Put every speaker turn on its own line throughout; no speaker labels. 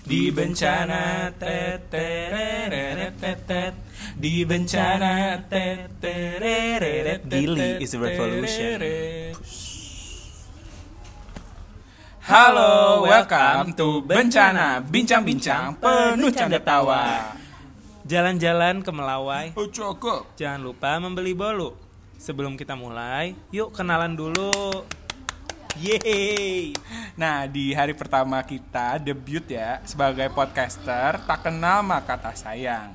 di bencana tetereret di bencana tetereret
Gili is the revolution.
Halo, welcome to Bencana Bincang-bincang penuh canda tawa
Jalan-jalan ke Melawai,
Oh cakep
jangan lupa membeli bolu. Sebelum kita mulai, yuk kenalan dulu. Yeay.
Nah, di hari pertama kita debut ya sebagai podcaster, tak kenal maka tak sayang.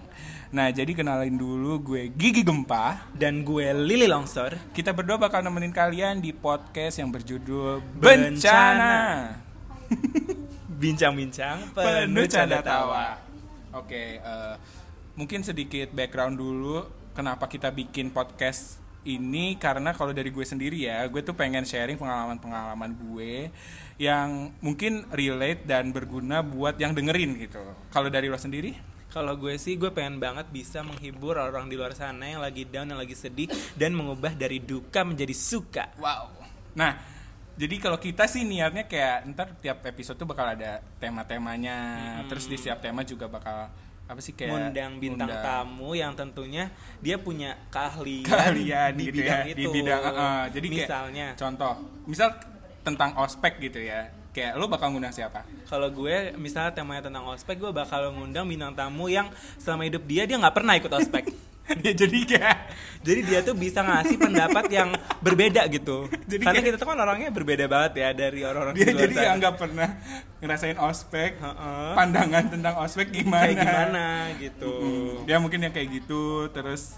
Nah, jadi kenalin dulu gue Gigi Gempa.
Dan gue Lili Longsor.
Kita berdua bakal nemenin kalian di podcast yang berjudul
Bencana.
Bencana.
Bincang-bincang
Penuh canda tawa. Oke, eh, mungkin sedikit background dulu kenapa kita bikin podcast ini karena kalau dari gue sendiri ya, gue tuh pengen sharing pengalaman-pengalaman gue yang mungkin relate dan berguna buat yang dengerin gitu. Kalau dari lo sendiri?
Kalau gue sih, gue pengen banget bisa menghibur orang di luar sana yang lagi down, yang lagi sedih, dan mengubah dari duka menjadi suka.
Wow. Nah, jadi kalau kita sih niatnya kayak ntar tiap episode tuh bakal ada tema-temanya, terus di setiap tema juga bakal apa sih kayak
Mengundang bintang
undang-
tamu yang tentunya dia punya keahlian,
keahlian
di
gitu
bidang
ya
itu.
di bidang eh, eh, jadi kayak
misalnya,
contoh misal tentang ospek gitu ya kayak lu bakal ngundang siapa
Kalau gue misalnya temanya tentang ospek, gue bakal ngundang bintang tamu yang selama hidup dia dia nggak pernah ikut ospek.
ya jadi kayak
Jadi dia tuh bisa ngasih pendapat yang berbeda gitu.
Jadi
Karena
kayak-
kita tuh kan orangnya berbeda banget ya dari orang-orang
dia
di luar
jadi
sana.
yang nggak pernah ngerasain ospek
Heeh.
pandangan tentang ospek gimana
kayak gimana gitu.
Hmm, dia mungkin yang kayak gitu terus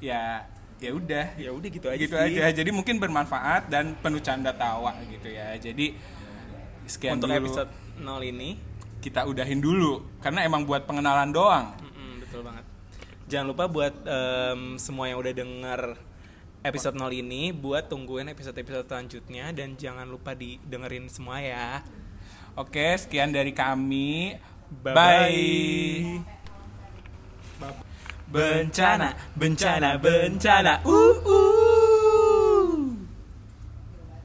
ya ya udah
Ya udah gitu aja
gitu
sih.
aja jadi mungkin bermanfaat dan penuh canda tawa gitu ya jadi sekian
Untuk
dulu
episode 0 ini,
kita udahin dulu karena emang buat pengenalan doang
mm-mm, betul banget. Jangan lupa buat em, semua yang udah denger episode 0 ini buat tungguin episode-episode selanjutnya dan jangan lupa didengerin semua ya.
Oke, sekian dari kami. Bye. Bencana, bencana, bencana. Uh, uh.
uh.